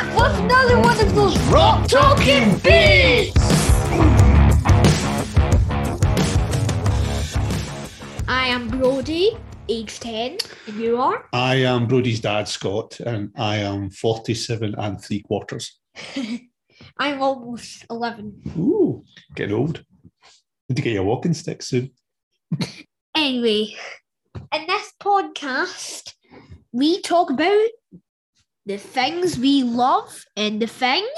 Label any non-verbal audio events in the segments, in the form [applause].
Charlie, what is those rock talking beats? I am Brody, age 10, and you are? [laughs] I am Brody's dad, Scott, and I am 47 and three quarters. I'm almost 11. Ooh, getting old. Need to get your walking stick soon. Anyway, in this podcast, we talk about the things we love and the things.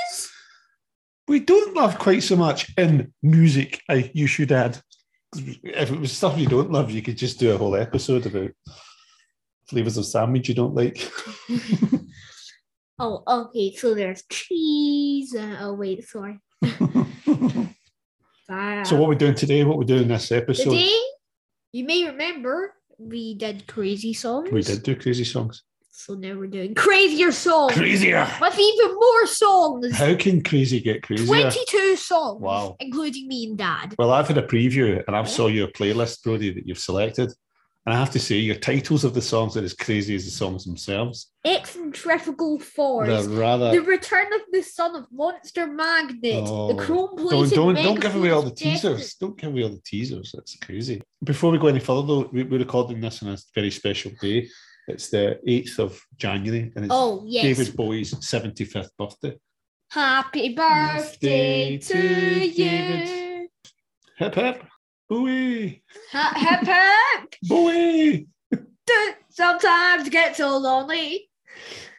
We don't love quite so much in music, I, you should add. 'Cause If it was stuff you don't love, you could just do a whole episode about flavours of sandwich you don't like. Oh, okay, so there's cheese. Uh, oh, wait, sorry. so, what we're doing today, what we're doing this episode, Today, you may remember we did crazy songs. we did do crazy songs. So now we're doing crazier songs Crazier! with even more songs. How can crazy get crazier? 22 songs, Wow. including me and dad. Well, I've had a preview and I saw your playlist, Brody, that you've selected. And I have to say, your titles of the songs are as crazy as the songs themselves. Eccentrical Force. They're rather. The Return of the Son of Monster Magnet. Oh, the Chrome don't Plated don't, don't give away all the Megaphone's teasers. Don't give away all the teasers. That's crazy. Before we go any further, though, we, we're recording this on a very special day. It's the 8th of January and Death- it's Oh, yes. David Bowie's 75th birthday. Happy birthday Birthday to to you. David. Hip hip. Bowie. Ha- Hip hip. Bowie. Do- [laughs] Sometimes get so lonely. [laughs]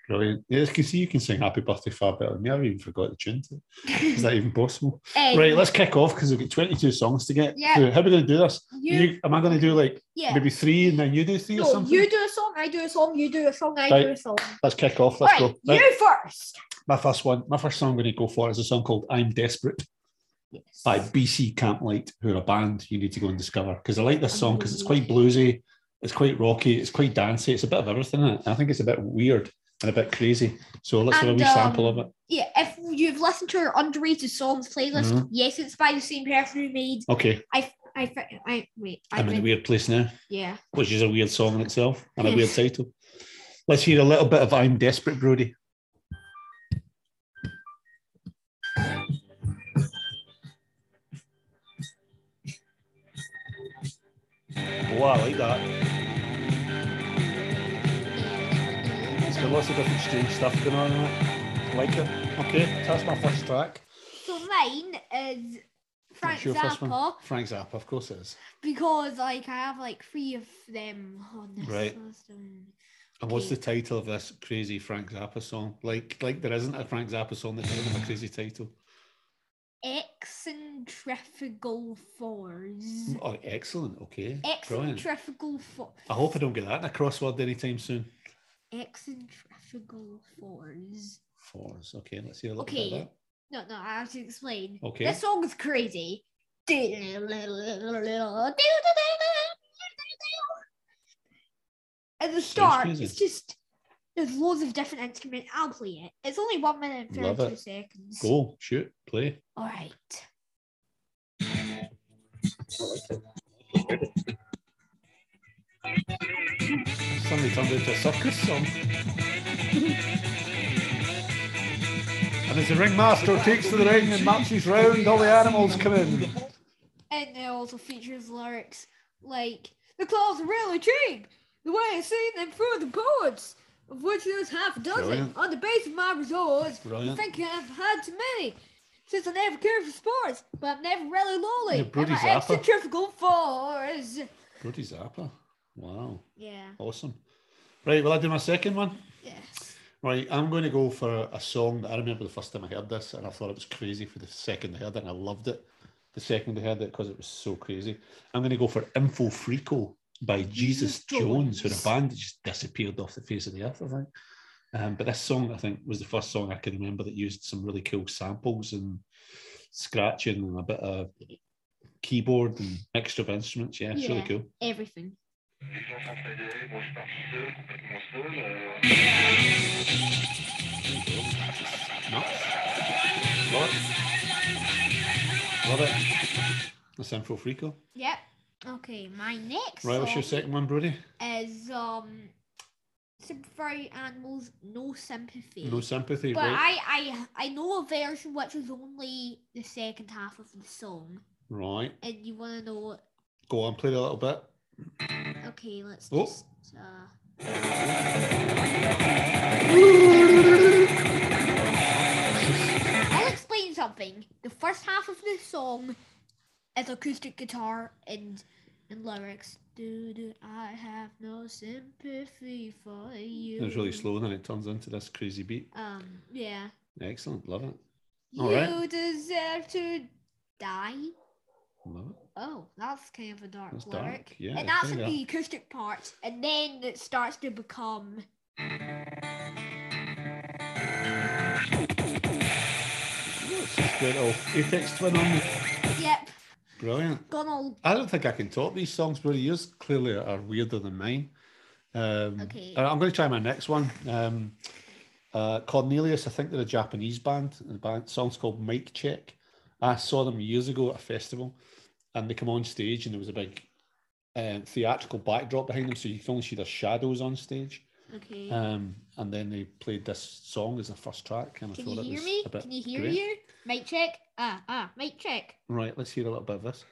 Brilliant. Yes, you can see you can sing Happy Birthday far better than me. I've even forgot the tune. to it. Is that even possible? Right, let's kick off because we've got 22 songs to get Yeah. through. How are we going to do this? You, You- am I going to do like yeah. maybe three and then you do three or No, something? you do a song, I do a song, you do a song, I do Right. a song. Let's kick off. Let's Right, go. Right, you first. My first one, my first song I'm going to go for is a song called I'm Desperate Yes. by BC Camplight, who are a band you need to go and discover because I like this song because it's quite bluesy, it's quite rocky, it's quite dancey, it's a bit of everything in it. I think it's a bit weird and a bit crazy. So let's have a And, wee sample um, of it. Yeah, if you've listened to our underrated songs playlist, Mhm. yes, it's by the same person who made. Okay, I, fi- I wait. I I'm in a mean, weird place now. yeah. which is a weird song in itself and a Yes. weird title. Let's hear a little bit of I'm Desperate, Brody. Oh, I like that. It's got lots of different strange stuff going on in it. Like it. Okay, so that's my first track. So mine is Frank What's your first one? Zappa Frank Zappa, of course it is. because like I have like three of them on this Right. list. And what's the title of this crazy Frank Zappa song? Like, like there isn't a Frank Zappa song that doesn't have a crazy title. Eccentrical fours. Oh, excellent. Okay. Brilliant. Eccentrical four. I hope I don't get that in a crossword anytime soon. Eccentrical fours. Fours. Okay, let's hear a little bit Okay. of No, no, I have to explain. Okay. This song is crazy. At the start, crazy. it's just there's loads of different instruments. I'll play it. It's only one minute and Love thirty-two it. seconds. that. Go, shoot, play. All right. Suddenly turned into a circus song. and as the ringmaster takes to the ring and marches round, all the animals come in. And it also features lyrics like "The clothes are really cheap. The way I see them through the boards, of which there's half a dozen Brilliant. on the base of my resorts. I Brilliant. think I've had too many since I never cared for sports, but I'm never really lonely. Yeah, and Brody my Zappa. eccentrical force. Brody Zappa. Wow, Yeah. awesome. Right, will I do my second one? Yes. Right, I'm going to go for a song that I remember the first time I heard this, and I thought it was crazy for the second I heard it, and I loved it the second I heard it because it was so crazy. I'm going to go for Info Freako by Jesus Jesus Jones. Jones, who are a band that just disappeared off the face of the earth, I think. Um, but this song, I think, was the first song I can remember that used some really cool samples and scratching and a bit of keyboard and mixture of instruments. Yeah, it's really Yeah. cool. Everything. Nuts. Love it. Love it. That's Info Freako. Yep. Okay. My next Right, what's your song second one, Brody? is um sympathy animals, no sympathy. No sympathy, but right? I, I I know a version which is only the second half of the song, Right. and you want to know. Go on, play it a little bit. Okay, let's Oh. just. Uh, [laughs] I'll explain something. The first half of this song is acoustic guitar and and lyrics. Dude, I have no sympathy for you. It was really slow, and then it turns into this crazy beat. Um, yeah. Excellent. Love it. All You right. deserve to die. Love it. Oh, that's kind of a dark That's dark, lyric. yeah, and that's very in dark. the acoustic part, and then it starts to become. It's just great old Apex Twin on me. Yep, Brilliant. gone all I don't think I can top these songs, but yours clearly are weirder than mine. Um, Okay. all right, I'm going to try my next one. Um, uh, Cornelius, I think they're a Japanese band. and The band song's called Mic Check. I saw them years ago at a festival, and they come on stage, and there was a big um, theatrical backdrop behind them, so you can only see their shadows on stage. okay. Um, and then they played this song as the first track, and I Can thought you it hear was me? a bit Can you hear great. you? Mic check. Ah, ah, mic check. Right, let's hear a little bit of this.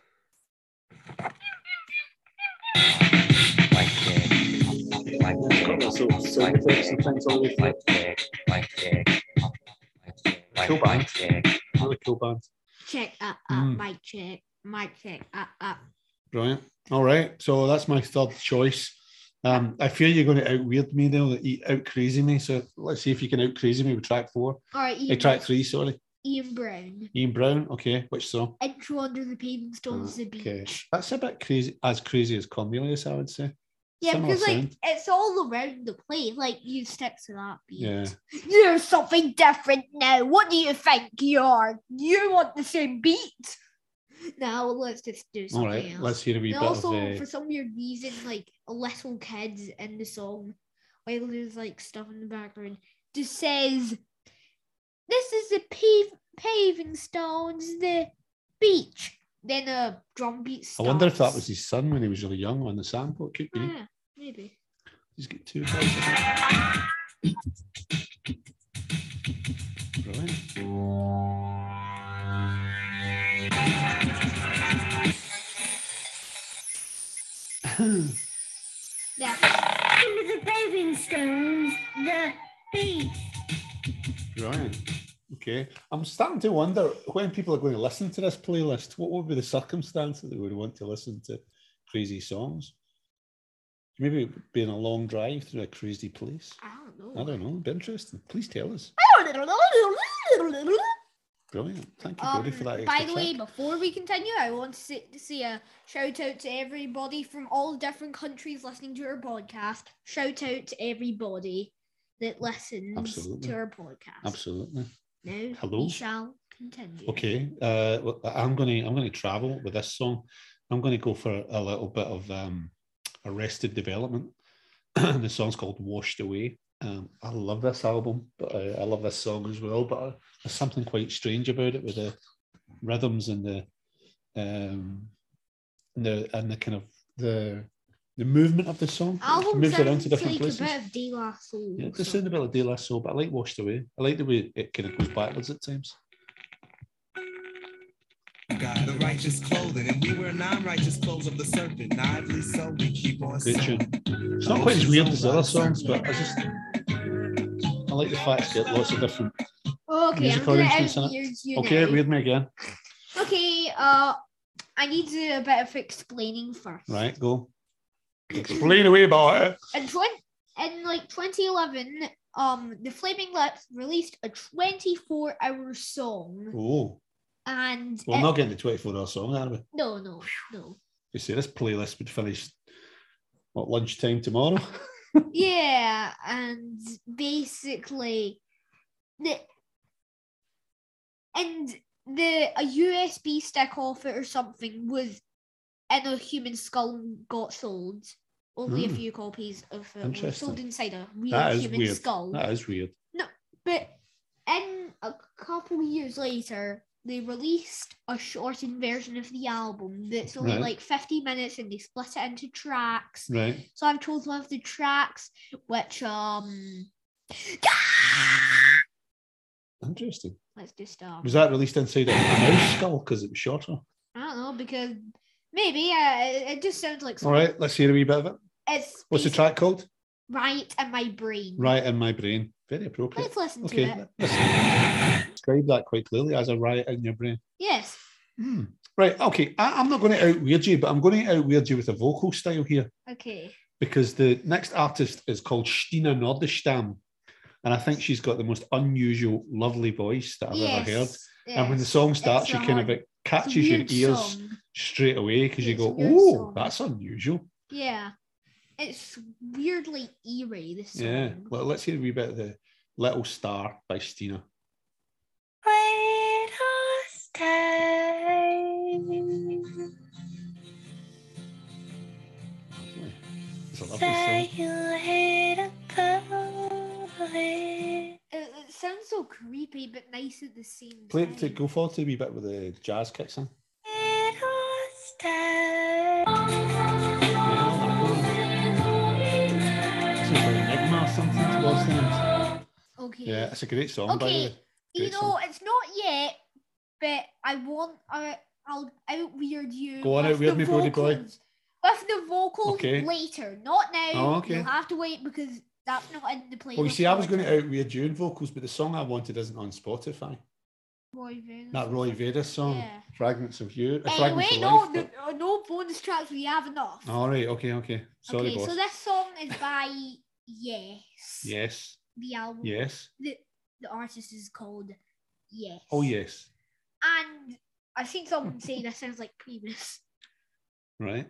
Mike Dick. Mike Dick. So, so Mike Dick. and things all the Mike Dick. Mike Dick. Mike Dick. Cool band. Mike Dick. really cool band. Check. Ah, ah, Mm. mic check. Mic check. Ah, ah. Brilliant. All right. So that's my third choice. Um, I fear you're going to out weird me though, eat out crazy me. So let's see if you can out crazy me with track four. All right, Eh, Ian, track three, sorry. Ian Brown. Ian Brown. Okay, which song? Intro under the paving stones of the beach. Okay, that's a bit crazy, as crazy as Cornelius, I would say. Yeah, Similar because like sound. it's all around the place. Like you stick to that beat. Yeah. You're something different now. What do you think you are? You want the same beat? Now let's just do All something right, else. let's hear a wee And bit also, of. Uh, for some weird reason, like little kids in the song, while there's like stuff in the background, just says, "This is the pave- paving stones, the beach." Then a drum beat I starts. wonder if that was his son when he was really young on the sample. It could be. Yeah, maybe. He's got two voices. Brilliant. Yeah. Into the paving stones, the beach. Right. Okay. I'm starting to wonder when people are going to listen to this playlist, what would be the circumstance that they would want to listen to crazy songs? Maybe being a long drive through a crazy place. I don't I know. don't know. It'd be interesting. Please tell us. [laughs] Brilliant. Thank you, Brody, for that. Um, by extra the track. way, before we continue, I want to say, to say a shout out to everybody from all different countries listening to our podcast. Shout out to everybody that listens Absolutely. to our podcast. absolutely. Now Hello. we shall continue. Okay. Uh, well, I'm gonna I'm gonna travel with this song. I'm gonna go for a little bit of um, Arrested Development. [clears throat] the song's called Washed Away. Um, I love this album, but I, I love this song as well. But uh there's something quite strange about it with the rhythms and the um, and the and the kind of the the movement of the song. It Album moves around sounds to like different a places. bit of De La Soul. Yeah, it does so- sound a bit like De La Soul, but I like Washed Away. I like the way it kind of goes backwards at times. God, the righteous clothing, and we wear non-righteous clothes of the serpent. Idly so we keep on Good sowing. tune. It's not quite as weird as the other songs, but I just I like the fact it's got lots of different. Okay, I'm Musical gonna arrangements in it. out you Okay, now. read me again. Okay, uh, I need to do a bit of explaining first. Right, go. Explain away about it. in, twen- in like 2011 um the flaming lips released a 24 hour song Oh, and well, it- I'm not getting the 24 hour song, are we? no no no You see, this playlist would finish what lunchtime tomorrow. yeah and basically the and the a usb stick off it or something was in a human skull and got sold only a Hmm. few copies of it were Interesting. sold inside a real That is human weird. skull That is weird. But in a couple years later, they released a shortened version of the album that's only Right. like 50 minutes and they split it into tracks. Right. So I've chose one of the tracks, which [sighs] um Interesting. let's just um Was that released inside a mouse skull because it was shorter? I don't know because maybe uh, it, it just sounds like All right, let's hear a wee bit of it. it's What's the piece- track called? right in my brain. Right in my brain. Very appropriate. Let's listen Okay. to it. let's Describe that quite clearly as a riot in your brain. Yes. Hmm. Right. Okay. I, I'm not going to outweird you, but I'm going to outweird you with a vocal style here Okay. because the next artist is called Stina Nordestam. And I think she's got the most unusual, lovely voice that I've yes. ever heard. yes. And when the song starts, It's she a kind of hard- it It's a catches your weird ears song. straight away because you It's a go, weird "Oh, song." that's unusual." Yeah. It's weirdly eerie, this song. Yeah. Well, let's hear a wee bit of the Little Star by Stina. Wait horse time. It's a lovely Say song. you hate a poet. It, it sounds so creepy but nice at the same Play time. it to go forward to a wee bit with the jazz kicks in. Wait horse time. It's like an enigma or something towards the end. Okay. Yeah, it's a great song. By the okay. way. You great know, it's not yet, but I want uh, I'll out weird you. Go on, with outweird the me, Brody boy. vocals- With the vocals Okay. later, not now. Oh, okay. You'll have to wait because that's not in the playlist. Well, you see, I was going to outweird you in vocals, but the song I wanted isn't on Spotify. Roy Vince. That Roy Vader song, Yeah. "Fragments of You," uh, Anyway, "Fragments of no, Life." no, uh, no bonus tracks. We have enough. All right, okay, okay. Oh, Sorry, okay, boss. so this song is by Yes. yes, The album. yes. The, the artist is called Yes. Oh, yes. And I've seen someone say that sounds like Primus, Right.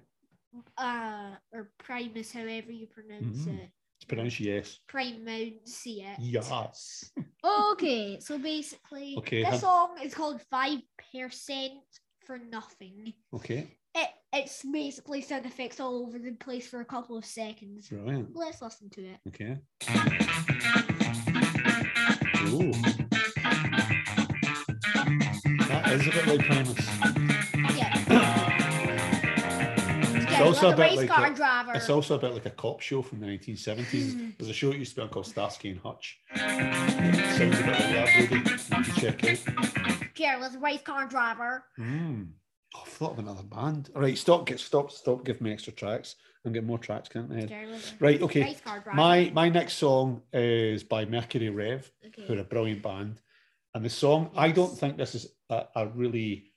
uh, or Primus, however you pronounce Mhm. it. It's pronounced yes. Pronounce it. Yes. Okay, so basically, Okay, this huh. song is called Five Percent for Nothing. Okay. It it's basically sound effects all over the place for a couple of seconds. Brilliant. Let's listen to it. Okay. Ooh. That is a bit like Primus. Yeah. Mm. It's yeah also a like a bit race like car a- driver. It's also a bit like a cop show from the 1970s. There's a show that used to be on called Starsky and Hutch. Sounds a bit like that, really. You should check out. careless race car driver. Mm. Oh, I thought of another band. All right, stop, get stop, stop, give me extra tracks. I'm getting more tracks, can't I? Careless Right, okay. Race car driver. My my next song is by Mercury Rev, Okay. who are a brilliant band. And the song, I don't Yes. think this is a, a really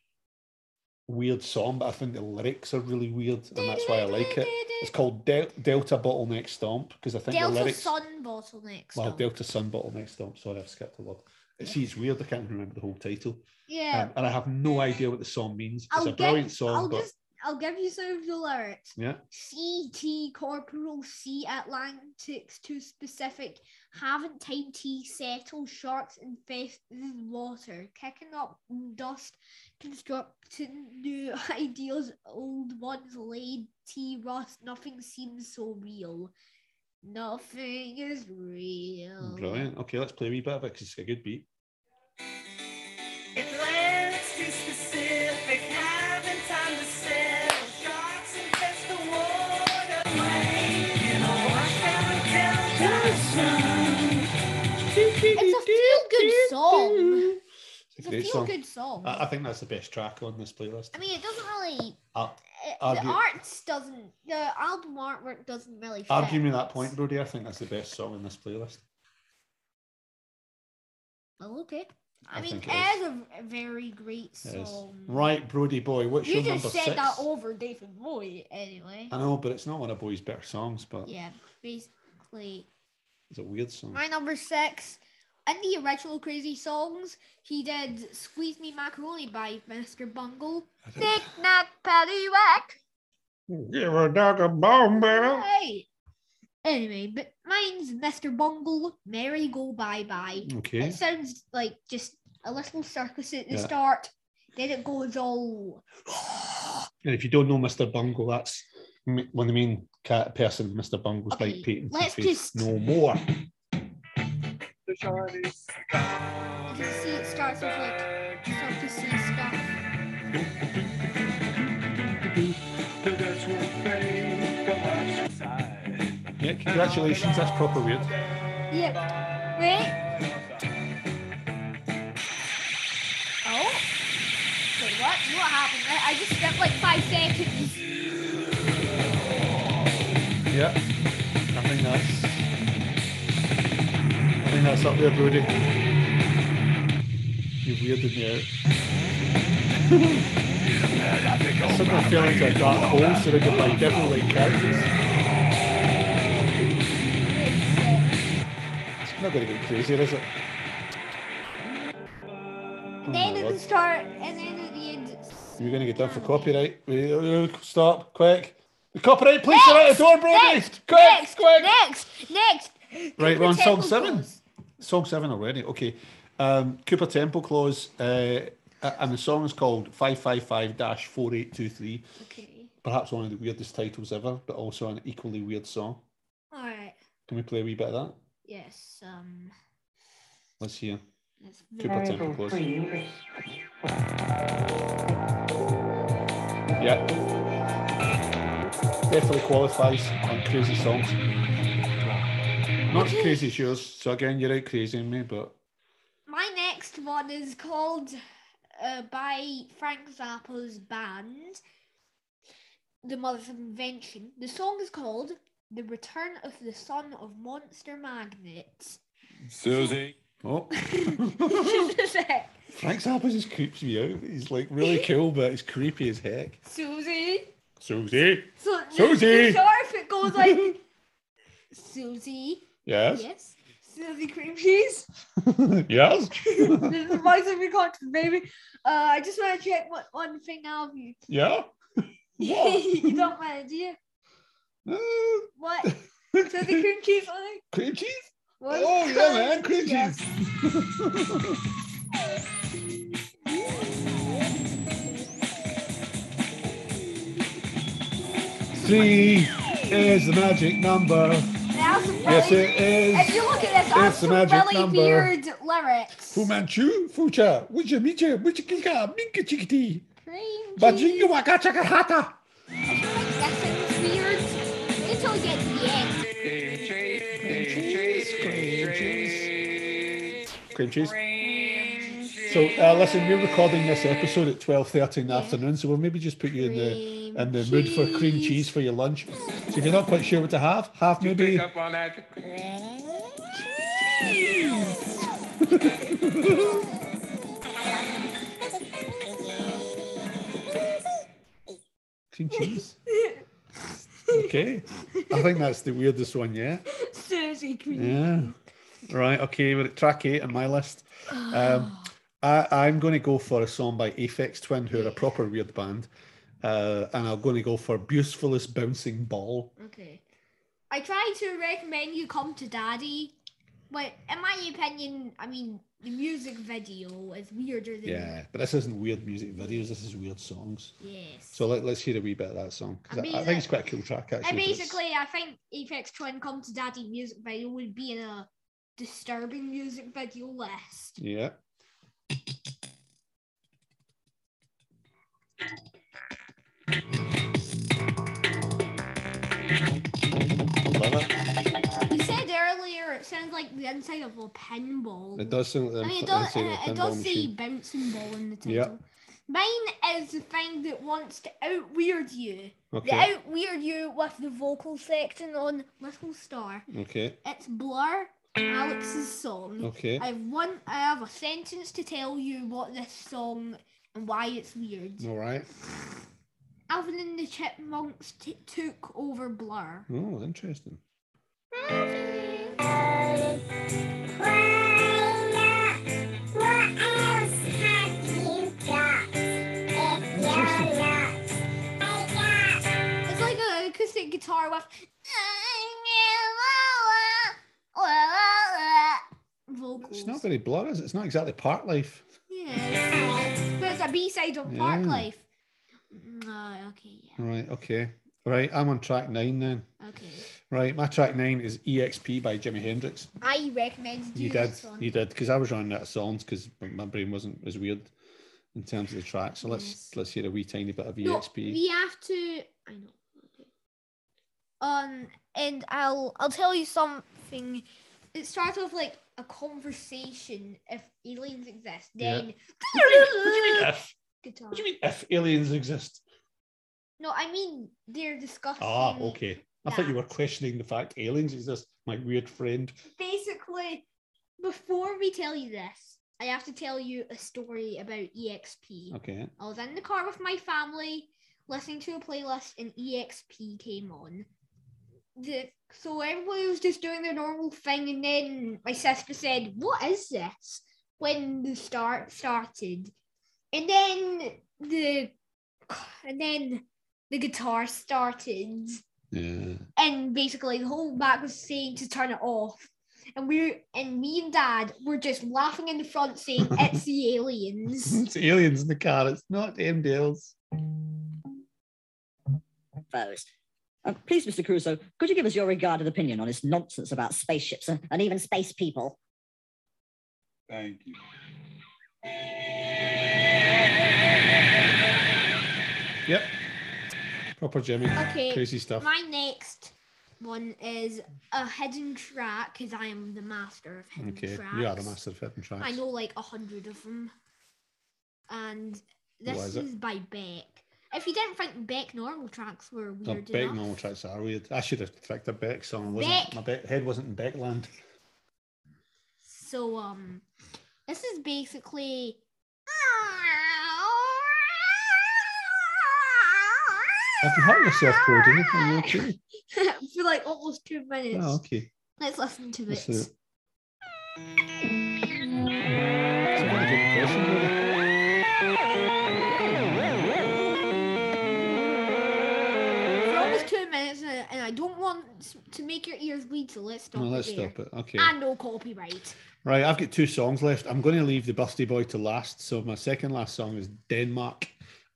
weird song, but I think the lyrics are really weird, and that's why I like it. It's called Del- Delta Bottleneck Stomp because I think Delta the lyrics. Sun bottleneck. well, song. Delta Sun Bottleneck Stomp. Sorry, I've skipped a lot. It See, it's weird. I can't even remember the whole title, yeah. um, and I have no idea what the song means. It's I'll a get- brilliant song, I'll but just I'll give you some of the lyrics. yeah, CT Corporal Sea Atlantics too specific. Haven't time to settle sharks infested water, kicking up dust, constructing new [laughs] ideals, old ones laid tea rust. Nothing seems so real. Nothing is real. brilliant. Okay, let's play a wee bit of it because it's a good beat. Atlantic's too specific, having time to settle. Sharks infest the water. It's a feel good song. It's It's a a great feel song. Uh, good song. I, I think that's the best track on this playlist. I mean, it doesn't really. Ar- it- the argue- arts doesn't. The album artwork doesn't really. Fit. Argue me that point, Brody. I think that's the best song in this playlist. Well, Oh, okay. I, I mean, think it it is a v- very great It is. song. Right, Brody boy. What's mm. You your just number said six? that over David Bowie, anyway. I know, but it's not one of Boy's better songs, but yeah, basically. it's a weird song. My number six. In the original Crazy Songs, he did "Squeeze Me Macaroni" by Mr. [laughs] Bungle. I don't- Knick knack paddywhack. Give a dog a bone, baby. Hey. Anyway, but mine's Mr. Bungle, Merry Go Bye Bye. Okay. It sounds like just a little circus at the Yeah. start. Then it goes all. And if you don't know Mr. Bungle, that's m- one of the main cat person in Mr. Bungle's Okay, like Peyton let's Face just- [laughs] no more. The Chinese You can see it starts with like circus chorus and stuff. Yeah, congratulations. That's proper weird. Yep. Wait. Oh. Wait, what? What happened? I, I just spent like five seconds. Yeah. I think that's. I think that's up there, Brody. You weirded me out. I somehow fell into a dark hole so they could like devil like characters. Wait a sec. It's not going to get crazier, is it? Oh my Then at word. the start and then at the end. it's- You're going to get done for copyright. We- uh, Stop, quick. The copyright police are at the door, Brody. Next! quick, Next! quick. Next! Next! Right, we're on Cooper song Temple seven. Clause. Song seven already. Okay. Um, Cooper Temple Clause, uh, a- and the song is called 555 4823. Okay. Perhaps one of the weirdest titles ever, but also an equally weird song. Alright. Can we play a wee bit of that? Yes. Um. Let's hear That's Cooper very... Temple Clause. [laughs] Yeah. Definitely qualifies on crazy songs. Not as crazy as yours. So again, you're out crazying me, but My next one is called uh, by Frank Zappa's band, The Mother's Invention. The song is called The Return of the Son of Monster [laughs] Magnet. Susie. [laughs] oh. Susie! Frank Zappa just creeps me out. He's like really cool, but he's creepy as heck. Susie. So, Susie! [laughs] Sure, if it goes [laughs] like Susie, [laughs] Yes. yes, Susie cream cheese. [laughs] yes. [laughs] this is the voice of your conscience, baby. Uh, I just want to check one, one thing out of you. Yeah. [laughs] What? you don't mind, do you? Uh, What? So the cream cheese on it? cream cheese? was Oh, yeah, covered- man, [laughs] cream yes. cheese. [laughs] Three is the magic number. Now some Yes, really, it is. if you look at this, It's that's the some magic really number. weird lyrics. Fu Manchu, Fucha, Wicha Micha, Wicha Kika, Minka Chickadee, cream cheese. Bajinga Waka Chaka Hata. Like, that sounds weird. Wait till you get to the end. Cream cheese. So uh, listen, we're recording this episode at twelve thirty in the Yeah. afternoon, so we'll maybe just put you in the Cream in the mood for cream cheese for your lunch. So if you're not quite sure what to have, have maybe Pick up on that. cream cheese. Okay, I think that's the weirdest one. Yeah, [laughs] Susie cream. yeah. Right. Okay, we're at track eight on my list. Um, I, I'm going to go for a song by Aphex Twin, who are a proper weird band, uh, and I'm going to go for "Beautifulest Bouncing Ball." Okay. I try to recommend you come to daddy. But in my opinion, I mean, the music video is weirder than Yeah, but this isn't weird music videos. This is weird songs. Yes. So let, let's hear a wee bit of that song 'cause I- I, think it's quite a cool track actually. And but it's- basically, I think Apex Twin Come to Daddy music video would be in a disturbing music video list. yeah. Love it. You said earlier it sounds like the inside of a pinball. It does sound like I the mean, it inf- does, inside of a it, it pinball does say machine. bouncing ball in the title. Yeah. Mine is the thing that wants to out weird you. The Okay. out weird you with the vocal section on Little Star. Okay. It's Blur, Alex's song. Okay. I have one. I have a sentence to tell you what this song and why it's weird. All right. Alvin and the Chipmunks t- took over Blur. Oh, interesting. It's like an acoustic guitar with vocals. It's not very blur, is it? It's not exactly part life. Yes. But it's a B side of Park Yeah. Life. Mm, Uh, okay, yeah. All right. Okay. Right. I'm on track nine then. Okay. Right. My track nine is EXP by Jimi Hendrix. I recommend You you did, this one. you did, because I was running out of songs because my brain wasn't as weird. in terms of the track. So let's Yes. let's hear a wee tiny bit of E No, EXP. we have to. I know. Okay. Um, and I'll I'll tell you something. It starts off like a conversation. If aliens exist, Yeah. [laughs] then What do you mean if? guitar. What do you mean if aliens exist? No, I mean they're discussing. Ah, okay. I thought you that. were questioning the fact aliens exist, my weird friend. Basically, before we tell you this, I have to tell you a story about E EXP. Okay. I was in the car with my family listening to a playlist and EXP came on. The, so everybody was just doing their normal thing and then my sister said, What is this? when the start started. And then the and then the guitar started Yeah. and basically the whole back was saying to turn it off. And we and me and dad were just laughing in the front saying it's the aliens. [laughs] it's aliens in the car. It's not MDLs. UFOs. Uh, please, Mr. Crusoe, could you give us your regarded opinion on this nonsense about spaceships and, and even space people? Thank you. Yep. Proper Jimmy. Okay. Crazy stuff. My next one is a hidden track because I am the master of hidden Okay. tracks. You are the master of hidden tracks. I know like a hundred of them, and this is is, it? by Beck. If you didn't think Beck normal tracks were No, weird Beck enough, normal tracks are weird. I should have picked a Beck song. Wasn't Beck. My Beck, head wasn't in Beckland. [laughs] so um, this is basically. Have you hurt yourself, Cody? [laughs] Are you okay? For like almost two minutes. Oh, okay. Let's listen to That's this. it. It's a really good impression, really. for almost two minutes, and and I don't want s- to make your ears bleed, so let's stop. No, let's it there. stop it. Okay. And no copyright. Right, I've got two songs left. I'm going to leave the Busty Boy to last. So my second last song is Denmark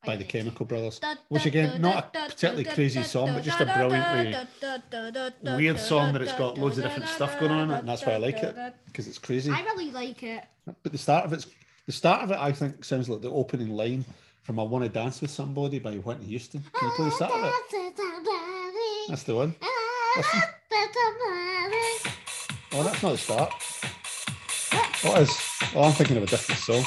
by the Okay. Chemical Brothers. Da, Which da, again, da, not da, da, a particularly da, crazy da, song, da, but just a da, da, brilliantly da, da, da, da, da, weird da, song da, that it's da, got da, loads of da, different da, stuff da, going on in da, it, and that's why I like da, it. da. because it's crazy. I really like it. But the start of it's the start of it, I think, sounds like the opening line from "I Want to Dance with Somebody" by Whitney Houston. Can you play the [laughs] start of it? That's the one. Oh, that's not the start. What is? Oh, I'm thinking of a different song.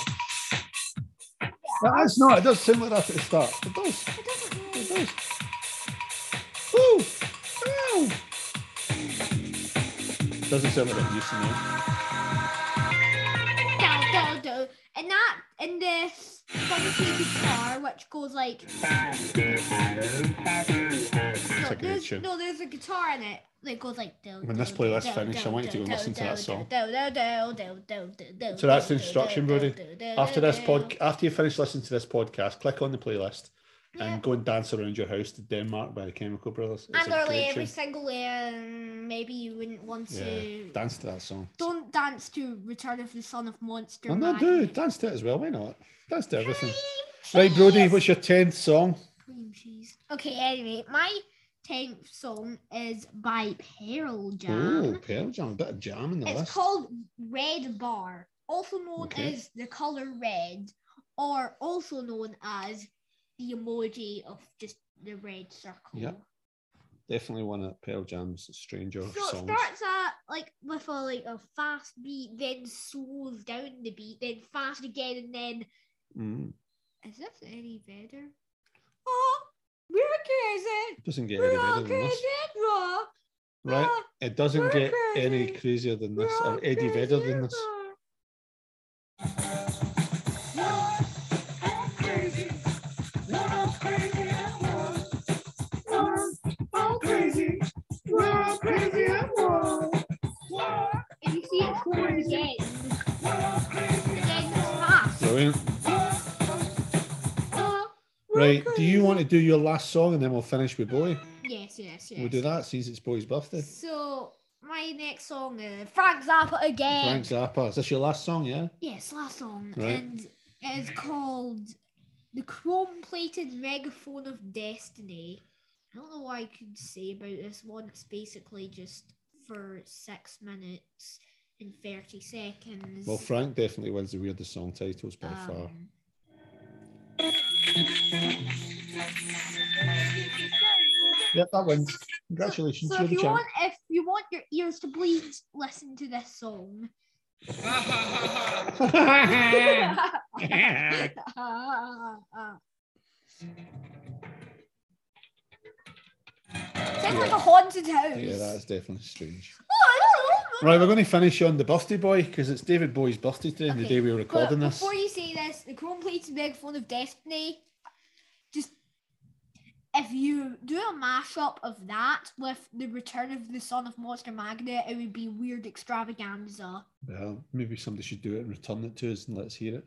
That's not. It does sound like that at the start. It does. It does. Woo! Wow! Doesn't sound like Whitney Houston though. Da, da, da. And that, and this funky guitar, which goes like. No, a good there's, tune. no, there's a guitar in it that goes like. do, When this do, playlist do, finishes, do, I want you to do, go and listen do, to that do, song. do, do, do, do, do, do, So that's do, the do, instruction, do, Brody. do, do, After do, this do. pod, after you finish listening to this podcast, click on the playlist Yeah. and go and dance around your house to Denmark by the Chemical Brothers. It's And a early great every tune. single layer, and maybe you wouldn't want Yeah, to. dance to that song. Don't dance to Return of the Son of Monster. i no, Man. do dance to it as well. Why not? Dance to everything. Right, Brody. What's your tenth song? Cream cheese. Okay, anyway, my 10th song is by Pearl Oh, Jam. Pearl Jam. A bit of jam in the it's list. called Red Bar, also known Okay. as the color red, or also known as the emoji of just the red circle. Yep. Definitely one of Pearl Jam's stranger So it songs. starts at like with a like a fast beat, then slows down the beat, then fast again, and then Mm, is this any better? Oh, we're crazy, doesn't get any we're all better than crazy, this, bro. right? Ah, It doesn't We're get any crazy. crazier than this, we're or all Eddie crazy, Vedder than this. bro. If you see it going again, again fast. Brilliant. Ah, we're Right. Do you crazy. want to do your last song and then we'll finish with Boy? Yes, yes, yes. We'll do that since it's Boy's birthday. So my next song is Frank Zappa again. Frank Zappa. Is this your last song? Yeah. Yes, last song, Right. and it's called "The Chrome-Plated Megaphone of Destiny." I don't know what I could say about this one. It's basically just for six minutes and thirty seconds. Ah. Well, Frank definitely wins the weirdest song titles by far. Um, Yep, [laughs] that wins. Congratulations, So you're if the you champ. want, if you want your ears to bleed, listen to this song. [laughs] Sounds like a haunted house. yeah, that is definitely strange. Oh, I don't know. Right, we're going to finish on the birthday boy because it's David Boy's birthday today, and the Okay, day we were But recording this. before you say this, the Chrome Plate's megaphone of destiny. Just if you do a mashup of that with the return of the son of Monster Magnet, it would be weird extravaganza. Well, maybe somebody should do it and return it to us and let's hear it.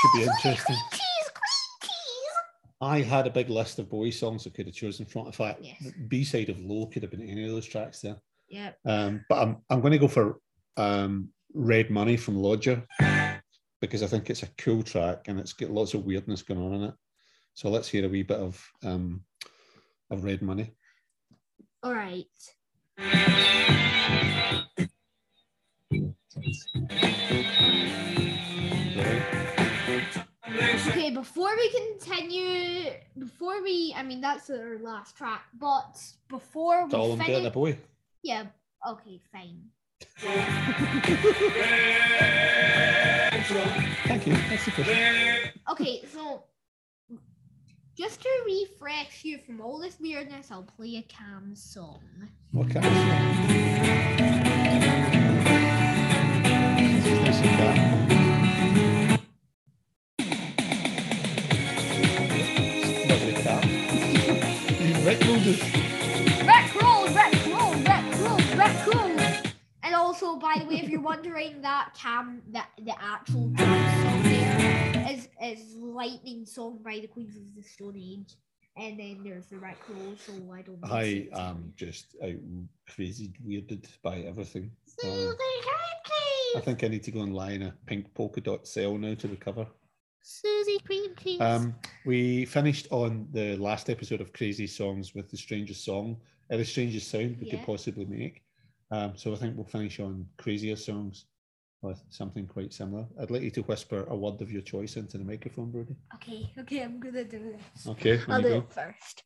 Should be interesting. Cream [laughs] cheese, cream cheese. I had a big list of Bowie songs I could have chosen from. In fact, Yes. the B side of Low could have been any of those tracks there. Yep. Um, but I'm, I'm going to go for um, Red Money from Lodger because I think it's a cool track and it's got lots of weirdness going on in it. So let's hear a wee bit of um, of Red Money. All right. Okay, before we continue, before we, I mean, that's our last track, but before That's all we I'm getting a finish, boy. yeah, okay, fine. Thank you. That's the question. Okay, so just to refresh you from all this weirdness, I'll play a Cam song. What kind of song? This is nice and calm. Not really calm. You ridiculed us. Rat roll, rat roll, rat roll, rat roll. And also, by the way, if you're wondering, that Cam, that the actual Cam song there is is Lightning Song by the Queens of the Stone Age. And then there's the rat roll, so I don't. know. I am just out crazy weirded by everything. Uh, Susie I Cream Cheese. think I need to go and lie in a pink polka dot cell now to recover. Susie Cream Cheese. Um, we finished on the last episode of Crazy Songs with the strangest song, uh, the strangest sound we Yeah. could possibly make. Um, so I think we'll finish on crazier songs with something quite similar. I'd like you to whisper a word of your choice into the microphone, Brody. okay, okay, I'm gonna do this. Okay, I'll there you do oh, go. it first.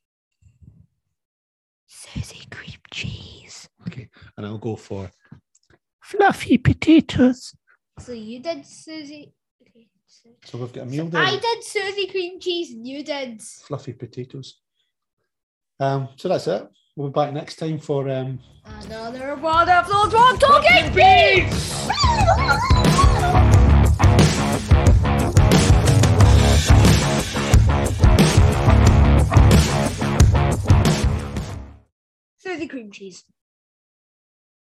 Susie cream cheese. Okay, and I'll go for So you did Susie. Okay, so- so we've got a meal I there. did Susie cream cheese and you did. Fluffy potatoes. Um, so that's it. We'll be back next time for um, Another one of those wrong talking beats! Susie cream cheese.